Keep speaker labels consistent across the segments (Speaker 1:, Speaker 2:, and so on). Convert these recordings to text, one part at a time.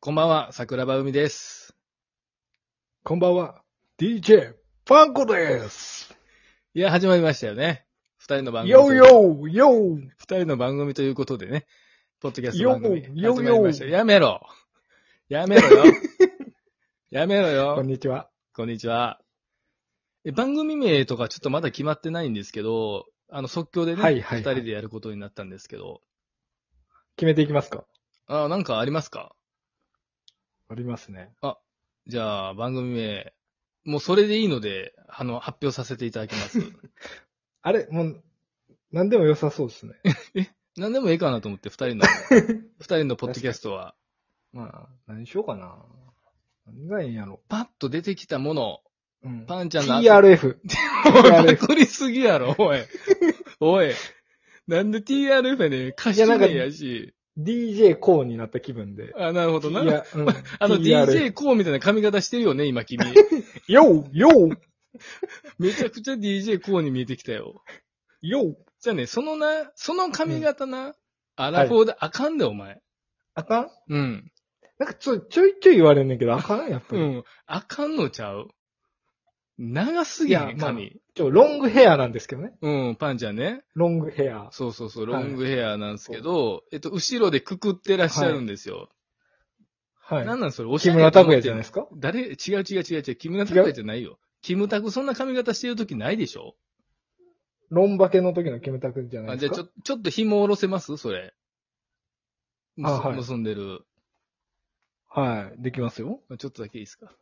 Speaker 1: こんばんは、桜庭海です。
Speaker 2: こんばんは。DJ、ファンコです。
Speaker 1: いや、始まりましたよね。二人の番組。
Speaker 2: ヨーヨー、ヨー。
Speaker 1: 二人の番組ということでね、ポッドキャスト番組始
Speaker 2: ようよう
Speaker 1: まりました。やめろやめろ よやめろ
Speaker 2: こん
Speaker 1: よ
Speaker 2: にちは。
Speaker 1: こんにちは。え、番組名とかちょっとまだ決まってないんですけど、あの、即興でね、
Speaker 2: はいはいはい
Speaker 1: 二人でやることになったんですけど、
Speaker 2: 決めていきますか
Speaker 1: あ、なんかありますか
Speaker 2: ありますね。
Speaker 1: じゃあ、番組名、もうそれでいいので、あの、発表させていただき ます。
Speaker 2: あれ、もう、何でも良さそうですね。
Speaker 1: 何でもいいかなと思って、二人 の、二人のポッドキャストは、
Speaker 2: まあ、何しようかな。何がいいんやろ。
Speaker 1: パッと出てきたもの、
Speaker 2: うん。
Speaker 1: パンちゃんの後
Speaker 2: TRF。
Speaker 1: お い、パクリすぎやろ、おい。 おい。なんで TRF やねん歌詞名やし。
Speaker 2: DJ コーになった気分で。
Speaker 1: あ、なるほど
Speaker 2: い
Speaker 1: な。
Speaker 2: や、 うん。
Speaker 1: あの
Speaker 2: TRF。
Speaker 1: DJ こうみたいな髪型してるよね、今 君。
Speaker 2: ヨー、ヨー、
Speaker 1: めちゃくちゃ DJ こうに見えてきたよ。
Speaker 2: ヨー。
Speaker 1: じゃあね、そのな、その髪型な、アラフォーであかんで、お前。
Speaker 2: あかん
Speaker 1: うん。
Speaker 2: なんかちょ、ちょいちょい言われんねんけど、あかんやっぱ
Speaker 1: う
Speaker 2: り。
Speaker 1: ん。あかんのちゃう。長すぎへ
Speaker 2: いや
Speaker 1: ん、
Speaker 2: まあ
Speaker 1: 髪。
Speaker 2: ちょ、ロングヘアなんですけどね。
Speaker 1: うん、パンちゃんね。
Speaker 2: ロングヘア。
Speaker 1: そうそうそう、ロングヘアなんですけど、えっと、後ろでくくってらっしゃるんですよ。
Speaker 2: はい
Speaker 1: なん。なんそれ、おし
Speaker 2: 木
Speaker 1: ゃれや
Speaker 2: 村
Speaker 1: と
Speaker 2: 拓
Speaker 1: 思って
Speaker 2: 哉じゃ
Speaker 1: ん
Speaker 2: ない
Speaker 1: の
Speaker 2: ですか
Speaker 1: 誰違う違う違う違う。木村拓哉じゃないよ。キムタク、そんな髪型してる時ないでしょ
Speaker 2: ロンバケの時のキムタクじゃな
Speaker 1: あ
Speaker 2: い
Speaker 1: じ
Speaker 2: で
Speaker 1: ゃ
Speaker 2: す
Speaker 1: あ
Speaker 2: か
Speaker 1: ちょ、ちょっと紐下ろせますそれ。むす
Speaker 2: あはい
Speaker 1: 結んでる。
Speaker 2: はい。できますよ。
Speaker 1: ちょっとだけいいですか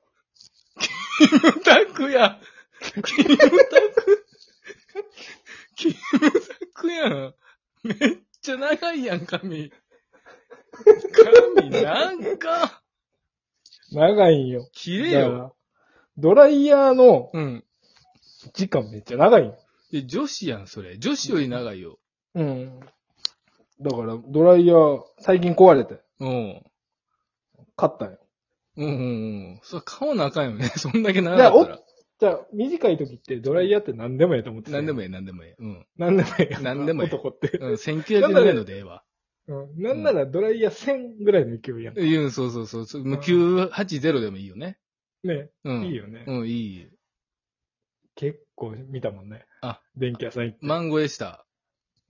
Speaker 1: キムタクやキムタクキムタクやんめっちゃ長いやん、髪。髪、なんか
Speaker 2: 長いんよ。
Speaker 1: 綺
Speaker 2: だ
Speaker 1: 麗
Speaker 2: か
Speaker 1: よ。
Speaker 2: らドライヤーの
Speaker 1: うん。
Speaker 2: 時間めっちゃ長いんよ。
Speaker 1: で、女子やん、それ。女子より長いよ。
Speaker 2: うん。だから、ドライヤー、最近壊れて、
Speaker 1: うん。
Speaker 2: 買ったんよ。
Speaker 1: うんうんうん。それ買わなあかんよね。 そんだけ長
Speaker 2: いや
Speaker 1: かっ
Speaker 2: お
Speaker 1: たら。
Speaker 2: じゃあ、短い時ってドライヤーって何でもええと思って
Speaker 1: なんでも
Speaker 2: え
Speaker 1: ええ、なんでもええ。うん。
Speaker 2: え。何でもええ。
Speaker 1: 何でもええ
Speaker 2: 男って。
Speaker 1: うん、1900円ぐらいのでええわ。
Speaker 2: うん。なんならドライヤー1000ぐらいの勢いやん。ね
Speaker 1: うん、そうそうそうそう。もう980でもいいよね。うん。
Speaker 2: いい
Speaker 1: よ。
Speaker 2: よね。
Speaker 1: うん、いい。
Speaker 2: 結構見たもんね。
Speaker 1: あ。
Speaker 2: 電気屋さん行って。
Speaker 1: 万超えした。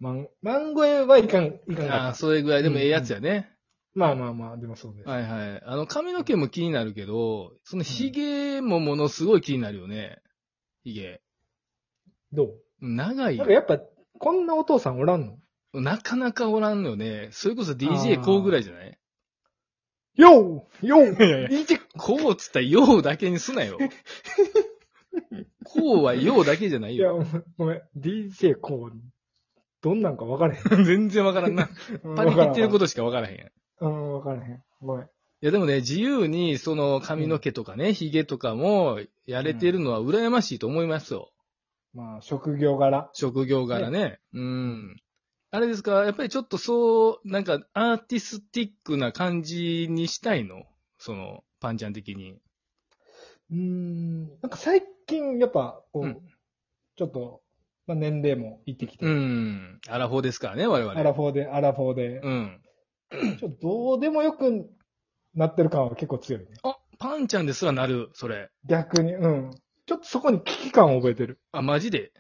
Speaker 2: マン、マンゴエはいかん、いかん
Speaker 1: あ
Speaker 2: か
Speaker 1: あ、
Speaker 2: った。
Speaker 1: それぐらいでもええやつやね。
Speaker 2: まあまあまあ、でもそうです。
Speaker 1: はいはい。あの、髪の毛も気になるけど、その髭もものすごい気になるよね。髭。
Speaker 2: どう
Speaker 1: 長いよ
Speaker 2: なんか。やっぱ、こんなお父さんおらんの
Speaker 1: なかなかおらんよね。それこそ DJ こうぐらいじゃない
Speaker 2: ようよう
Speaker 1: やいや
Speaker 2: !DJ!
Speaker 1: こうっつったらようだけにす なよ。こうはようだけじゃない
Speaker 2: いや、
Speaker 1: よ。
Speaker 2: ごめん。DJ こう、どんなんか分からへ ん。
Speaker 1: 全然わからんな。パリピってることしかわからへんやん。い
Speaker 2: と。うん、分からへん。ごめん。
Speaker 1: やでもね、自由にその髪の毛とかね、髭とかもやれてるのは羨ましいと思いますよ。
Speaker 2: まあ、職業柄。
Speaker 1: 職業柄ね。うん。あれですかやっぱりちょっとそう、なんかアーティスティックな感じにしたいのその、パンちゃん的に。
Speaker 2: うーん。なんか最近、やっぱ、こう、
Speaker 1: うん
Speaker 2: ちょっと、まあ、年齢もいってきて、
Speaker 1: うん。アラフォーですからね、我々。
Speaker 2: アラフォーで、アラフォーで、
Speaker 1: うん。
Speaker 2: ちょっとどうでもよくなってる感は結構強いね。
Speaker 1: あ、パンちゃんですらなる、それ。
Speaker 2: 逆に、うん。ちょっとそこに危機感を覚えてる。
Speaker 1: あ、マジで。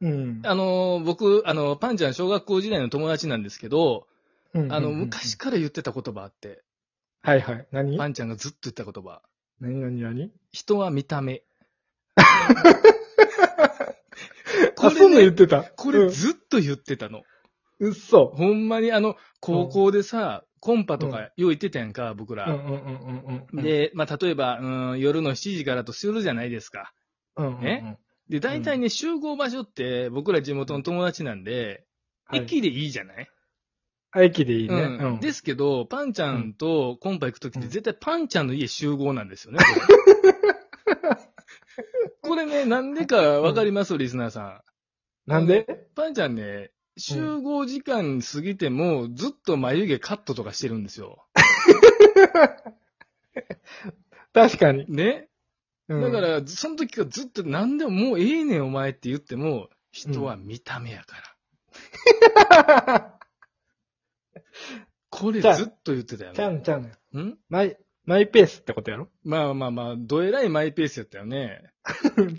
Speaker 2: うん。
Speaker 1: あのー僕、あのパンちゃん小学校時代の友達なんですけど、
Speaker 2: うんうん
Speaker 1: あの、
Speaker 2: うん
Speaker 1: 昔から言ってた言葉あって、
Speaker 2: はいはい。何
Speaker 1: パ
Speaker 2: 何
Speaker 1: ンちゃんがずっと言ってた言葉。
Speaker 2: 何何
Speaker 1: 人は見た 目。こ
Speaker 2: あ、そんなん
Speaker 1: れ、
Speaker 2: 言っ
Speaker 1: ね、
Speaker 2: てた。
Speaker 1: こ
Speaker 2: う
Speaker 1: れ
Speaker 2: ん
Speaker 1: ずっと言ってたの。
Speaker 2: うっそ。
Speaker 1: ほんまにあの、高校でさ、コンパとかよう行ってたやんか、僕
Speaker 2: うん
Speaker 1: ら。
Speaker 2: うんうんうんうん。、
Speaker 1: で、まあ、例えば、うん、夜の7時からとするじゃないですか。
Speaker 2: うんうんうん、
Speaker 1: ねで、大体ね、集合場所って、僕ら地元の友達なんで、
Speaker 2: はい
Speaker 1: 駅でいいじゃない
Speaker 2: あ駅でいいね。
Speaker 1: うん
Speaker 2: うん。
Speaker 1: ですけど、パンちゃんとコンパ行くときって
Speaker 2: うん
Speaker 1: 絶対パンちゃんの家集合なんですよね。 これこれね、なんでかわかりますリスナーさ
Speaker 2: なんで
Speaker 1: ん。パンちゃんね、集合時間過ぎてもずっと眉毛カットとかしてるんですよ。
Speaker 2: 確かに。
Speaker 1: ね。
Speaker 2: うん
Speaker 1: だか、ら、その時からずっとなんでももうええねんお前って言っても、人は見た目やから。 これずっと言ってたよ
Speaker 2: ちゃ
Speaker 1: ね。
Speaker 2: んちゃん。
Speaker 1: ん
Speaker 2: 眉、マイペースってことやろ
Speaker 1: まあまあまあ、どえらいマイペースやったよね。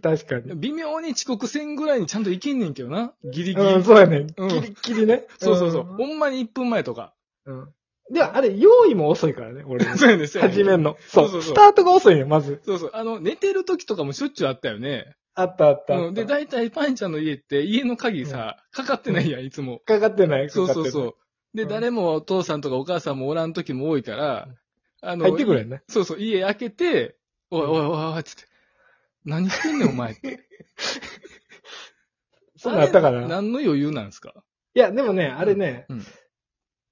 Speaker 2: 確かに。
Speaker 1: 微妙に遅刻せんぐらいにちゃんといけんねんけどな。ギリギリ。
Speaker 2: うん、そうやね。
Speaker 1: うん
Speaker 2: ギリギリね。
Speaker 1: そうそうそう。ほんまに1分前と か。
Speaker 2: うん。うん。では、あれ、用意も遅いからね、俺。
Speaker 1: そうやね、そうやね
Speaker 2: 始めんの。
Speaker 1: そ
Speaker 2: そ
Speaker 1: うそう
Speaker 2: う。
Speaker 1: そう
Speaker 2: スタートが遅いね、まず。
Speaker 1: そうそう。あの、寝てる時とかもしょっちゅうあったよね。
Speaker 2: あったあったあった。
Speaker 1: うん。で、大体パンちゃんの家って家の鍵さ、かかってないやん、いつも。
Speaker 2: かかってない。
Speaker 1: そうそうそうう。で、
Speaker 2: うん
Speaker 1: 誰もお父さんとかお母さんもおらん時も多いから、あ
Speaker 2: 入ってくれんね。
Speaker 1: そうそう、家開けて、おいおいおいおい、つって。何してんねん、お前って。
Speaker 2: そうなったか
Speaker 1: あれ
Speaker 2: ら。
Speaker 1: 何の余裕なんですか
Speaker 2: いや、でもね、あれね、
Speaker 1: うん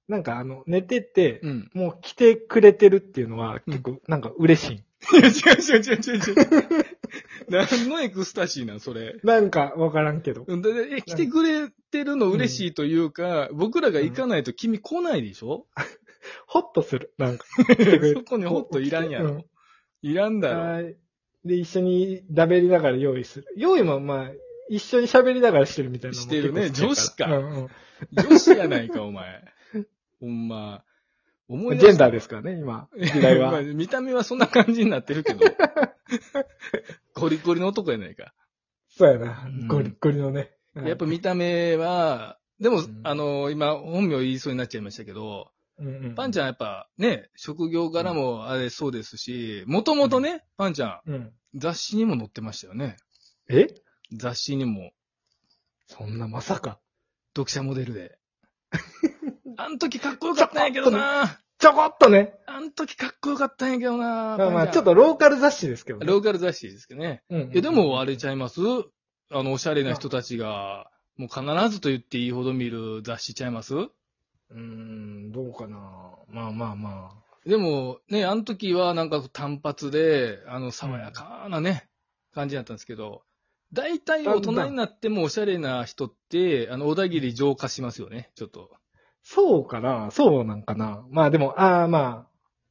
Speaker 2: なんかあの、寝てて、
Speaker 1: うん。
Speaker 2: もう来てくれてるっていうのは、
Speaker 1: うん
Speaker 2: 結構、なんか嬉しい。
Speaker 1: いや、違う違う違う違う違う。何のエクスタシーなん、それ。
Speaker 2: なんか、わからんけど。
Speaker 1: うんだだえ、来てくれてるの嬉しいというか、僕らが行かないと君来ないでしょ、
Speaker 2: ほっとする。 なんか、来てくれ
Speaker 1: そ
Speaker 2: る。
Speaker 1: こにホッといらんやろ。
Speaker 2: うん
Speaker 1: いらんだろ。
Speaker 2: はい。で、一緒にダベりながら用意する。用意もまあ、一緒に喋りながらしてるみたいなのも
Speaker 1: してるね
Speaker 2: 結構好きやらうんうん
Speaker 1: 女子やないか、お前。ほんま。思い
Speaker 2: ジ
Speaker 1: 出
Speaker 2: ェ
Speaker 1: し
Speaker 2: ン
Speaker 1: た
Speaker 2: ダーですからね、今、時 代
Speaker 1: まあ
Speaker 2: は。
Speaker 1: 見た目はそんな感じになってるけ ど。ゴリゴリの男やないか。
Speaker 2: そうやな
Speaker 1: うん。
Speaker 2: ゴリッゴリのね。
Speaker 1: やっぱ見た目は、でも、
Speaker 2: うん
Speaker 1: あの、今、本名言いそうになっちゃいましたけど、パンち
Speaker 2: ゃ
Speaker 1: ゃんやっぱね、職業柄もあれそうですし、もともとね、パンちゃ
Speaker 2: ん。うん。
Speaker 1: ん、雑誌にも載ってましたよね。
Speaker 2: え
Speaker 1: 雑誌にも、
Speaker 2: そんなまさか。
Speaker 1: 読者モデル で。あん時かっこよかったんやけどな
Speaker 2: ちょこっとね。
Speaker 1: あん時かっこよかったんやけどな
Speaker 2: まあま
Speaker 1: パ
Speaker 2: あ、
Speaker 1: ン
Speaker 2: ち
Speaker 1: ち
Speaker 2: ょ
Speaker 1: ゃ
Speaker 2: っ
Speaker 1: ん
Speaker 2: とローカル雑誌ですけどね。
Speaker 1: ローカル雑誌ですけどね。
Speaker 2: うんうん
Speaker 1: いや、でも、あれちゃいますあの、おしゃれな人たちが、もう必ずと言っていいほど見る雑誌ちゃいます
Speaker 2: うーん、どうかな。まあまあまあ。
Speaker 1: でも、ね、あの時はなんか単発で、あの、爽やかなね、感じだったんですけど、大体大人になってもおしゃれな人って、あの、小田切浄化しますよね、ちょっと。
Speaker 2: そうかなそうなんかなまあでも、ああまあ。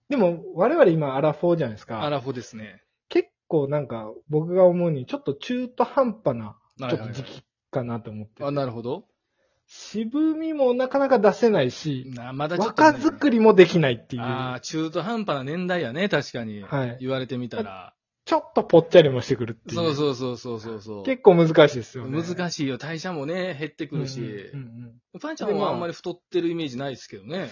Speaker 2: でも、我々今、アラフォーじゃないです
Speaker 1: ア
Speaker 2: か。
Speaker 1: ラフォですね。
Speaker 2: 結構なんか、僕が思うに、ちょっと中途半端な、ちょ
Speaker 1: はいはい
Speaker 2: っと
Speaker 1: はい
Speaker 2: 時期かなと思ってて。
Speaker 1: あ、なるほど。
Speaker 2: 渋みもなかなか出せないし、
Speaker 1: なまだちょっとね、
Speaker 2: 若作りもできないっていう。
Speaker 1: ああ、中途半端な年代やね、確かに。
Speaker 2: はい
Speaker 1: 言われてみたら。
Speaker 2: ちょっとぽっちゃりもしてくるっていう。
Speaker 1: そうそうそうそうそうそう。
Speaker 2: 結構難しいですよね。
Speaker 1: 難しいよ。代謝もね、減ってくるし。
Speaker 2: うんうんうん
Speaker 1: パンちゃん
Speaker 2: でま
Speaker 1: は
Speaker 2: あ
Speaker 1: あんまり太ってるイメージないですけどね。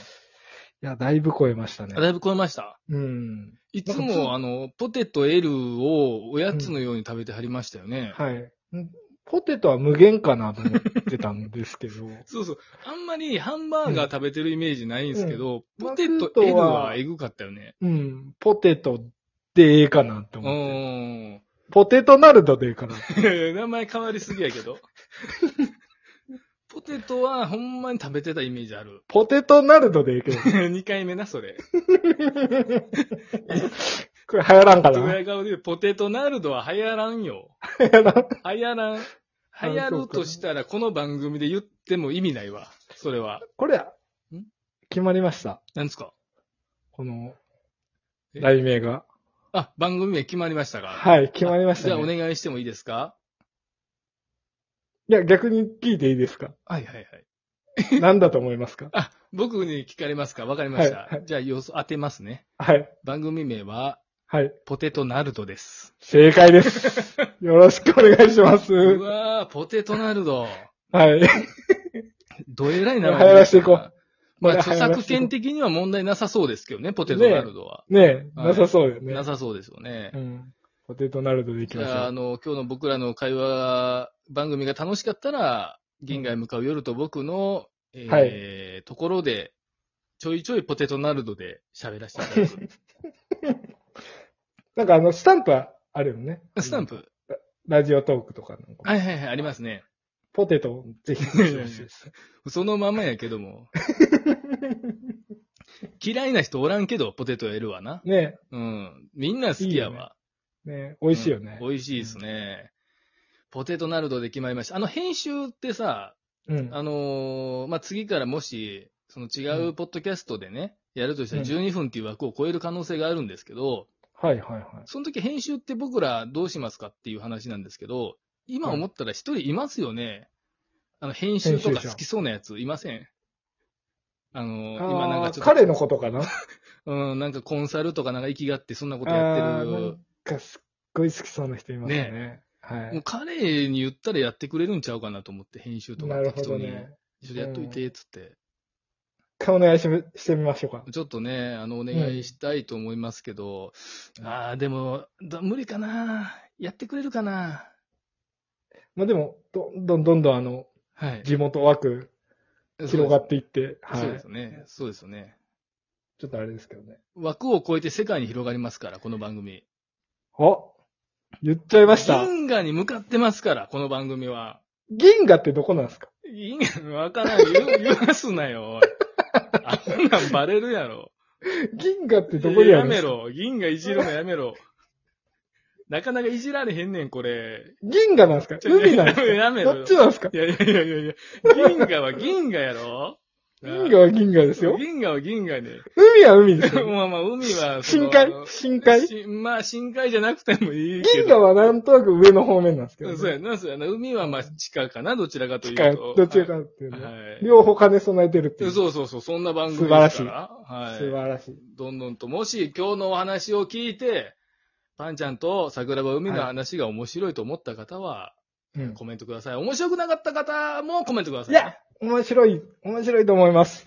Speaker 2: いや、だいぶ超えましたね。
Speaker 1: だいぶ超えました。
Speaker 2: うん。
Speaker 1: いつ
Speaker 2: なんかず
Speaker 1: も、あの、ポテト L をおやつのように食べてはりましたよね。
Speaker 2: はい。んポテトは無限かなと思ってたんですけ ど。
Speaker 1: そうそう。あんまりハンバーガー食べてるイメージないんですけど、
Speaker 2: うん
Speaker 1: ポテト
Speaker 2: マク
Speaker 1: L
Speaker 2: ドは
Speaker 1: はエグかったよね。
Speaker 2: うん。ポテトでええかなって
Speaker 1: う
Speaker 2: 思って。
Speaker 1: ーん。
Speaker 2: ポテトナルドでええかな。
Speaker 1: 名前変わりすぎやけど。ポテトはほんまに食べてたイメージある。
Speaker 2: ポテトナルドでええけど。
Speaker 1: 2回目な、それ。
Speaker 2: これ流行らんかな
Speaker 1: ドヤ顔でポテトナルドは流行らんよ。
Speaker 2: 流行らん
Speaker 1: 流行らん。流行るとしたら、この番組で言っても意味ないわ。それは。
Speaker 2: これ、決まりました。
Speaker 1: なんですか
Speaker 2: この、
Speaker 1: え
Speaker 2: 題名が。
Speaker 1: あ、番組名決まりましたか
Speaker 2: はい、決まりました、
Speaker 1: じゃあお
Speaker 2: ね。
Speaker 1: 願いしてもいいですか
Speaker 2: いや、逆に聞いていいですか
Speaker 1: はいはいはい。
Speaker 2: 何だと思いますか
Speaker 1: あ、僕に聞かれますかわかりました。
Speaker 2: はいは
Speaker 1: じゃあ予想当てますね。
Speaker 2: はい、
Speaker 1: 番組名は、
Speaker 2: はい。
Speaker 1: ポテトナルドです。
Speaker 2: 正 解です。よろしくお願いします。
Speaker 1: うわー、ポテトナルド。
Speaker 2: はい。
Speaker 1: どえらい名前
Speaker 2: 流行らしていこう
Speaker 1: ですかまあ、
Speaker 2: これ
Speaker 1: 著
Speaker 2: 流行ら
Speaker 1: 作
Speaker 2: していこ
Speaker 1: 権
Speaker 2: う
Speaker 1: 的には問題なさそうですけどね、ポテトナルドは。
Speaker 2: ねえ、
Speaker 1: はい
Speaker 2: なさそうだよね。
Speaker 1: なさそうですよね。
Speaker 2: うん。ポテトナルドでいき
Speaker 1: じ
Speaker 2: ましょう
Speaker 1: ゃあ、あ。の、今日の僕らの会話、番組が楽しかったら、銀河へ向かう夜と僕の、えーところで、ちょいちょいポテトナルドで喋らせていただ く。
Speaker 2: なんかあの、スタンプはあるよね。
Speaker 1: スタンプ。
Speaker 2: ラジオトークとかの。
Speaker 1: はいはいはい、ありますね。
Speaker 2: ポテトをぜひ出してほしいです。
Speaker 1: そのままやけど も。嫌いな人おらんけど、ポテト L はな。
Speaker 2: ね
Speaker 1: うん。みんな好きやわ。
Speaker 2: え、ねえ、美味しいよね
Speaker 1: うん。美味しいですね。ポテトナルドで決まりました。あの、編集ってさ、
Speaker 2: うん。
Speaker 1: あのーまあ、次からもし、その違うポッドキャストでね、やるとしたら
Speaker 2: うん
Speaker 1: 12分っていう枠を超える可能性があるんですけど、
Speaker 2: はいはいはい。
Speaker 1: その時編集って僕らどうしますかっていう話なんですけど、今思ったら一人いますよね。あの、編集と
Speaker 2: 編
Speaker 1: か
Speaker 2: 集者
Speaker 1: 好きそうなやついませんあのー
Speaker 2: あー
Speaker 1: 今なんかちょっと、
Speaker 2: 彼のことかな
Speaker 1: うん、なんかコンサルとかなんか生きがってそんなことやって
Speaker 2: あーな
Speaker 1: る
Speaker 2: ん。かすっごい好きそうな人いますよね。は
Speaker 1: もう
Speaker 2: い。
Speaker 1: 彼に言ったらやってくれるんちゃうかなと思って、編集とか
Speaker 2: なるほ
Speaker 1: 適
Speaker 2: ど
Speaker 1: 当に。
Speaker 2: ね。
Speaker 1: 一緒にやっといて、つって。
Speaker 2: 顔のやりしめしてみましょうか。
Speaker 1: ちょっとね、あの、お願いしたいと思いますけど、ああ、でも、だ無理かな。やってくれるかな。
Speaker 2: まあでも、どんどんどんどんあの、
Speaker 1: はい。
Speaker 2: 地元枠広がっていって、はい。
Speaker 1: そうですね。そうですよね。
Speaker 2: ちょっとあれですけどね。
Speaker 1: 枠を超えて世界に広がりますから、この番組。
Speaker 2: お言っちゃいました。
Speaker 1: 銀河に向かってますから、この番組は。
Speaker 2: 銀河ってどこなんですか
Speaker 1: 銀河、わからん。 言う言わすなよ、おい。あんなんバレるやろ。
Speaker 2: 銀河ってどこにあ
Speaker 1: や
Speaker 2: るん
Speaker 1: め
Speaker 2: ですか
Speaker 1: ろ。銀河いじるのやめろ。なかなかいじられへんねん、これ。
Speaker 2: 銀河なんですか
Speaker 1: ちょ
Speaker 2: 海なんですか
Speaker 1: やめろよ
Speaker 2: どっちなんですか
Speaker 1: いやいやいやいやいや、銀河は 銀河やろ
Speaker 2: 銀河は銀河ですよ。
Speaker 1: 銀河は銀 河ね。
Speaker 2: 海は海ですよ。
Speaker 1: まあまあ、 海はその。
Speaker 2: 深海深海
Speaker 1: しまあ、深海じゃなくてもいいけ
Speaker 2: 銀
Speaker 1: ど。
Speaker 2: 河はなんとなく上の方面なんですけど、
Speaker 1: そうやな、そうやな。海はまあ、地下かな、どちらかという
Speaker 2: 近い
Speaker 1: と。
Speaker 2: どっちかっていう
Speaker 1: は
Speaker 2: ね。
Speaker 1: い。はい
Speaker 2: 両方兼ね備えてるっていう。
Speaker 1: そうそうそう、そんな番組ですから。はい。
Speaker 2: 素晴らしい。
Speaker 1: どんどんと、もし今日のお話を聞いて、パンちゃんと桜庭海の話が面白いと思った方は、
Speaker 2: うん
Speaker 1: コメントください。面白くなかった方もコメントくださ
Speaker 2: い
Speaker 1: い。
Speaker 2: や、面白い、面白いと思 います。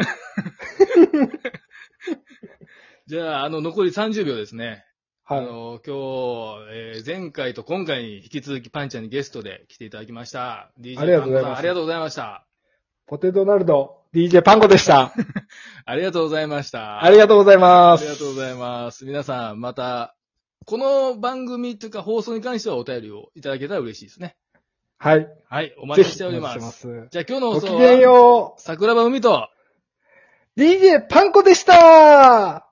Speaker 1: じゃあ、あの、残り30秒ですね。
Speaker 2: は
Speaker 1: あ
Speaker 2: い。
Speaker 1: の、今日、えー前回と今回に引き続きパンちゃんにゲストで来ていただきました。DJ
Speaker 2: ありがとうございま
Speaker 1: パンコさ
Speaker 2: す
Speaker 1: んありがとうございました。
Speaker 2: ポテトナルド、DJ パンコでした。
Speaker 1: ありがとうございました。
Speaker 2: ありがとうございま
Speaker 1: あ
Speaker 2: す。
Speaker 1: りがとうございます。皆さん、また、この番組というか放送に関してはお便りをいただけたら嬉しいですね。
Speaker 2: はい。
Speaker 1: はい、お
Speaker 2: ぜ
Speaker 1: 待ちし
Speaker 2: ひ、
Speaker 1: ております。
Speaker 2: す。
Speaker 1: じゃあ今日の放
Speaker 2: ご
Speaker 1: 送
Speaker 2: きげん
Speaker 1: は、
Speaker 2: よ
Speaker 1: 桜庭海と、
Speaker 2: う。DJ パンコでした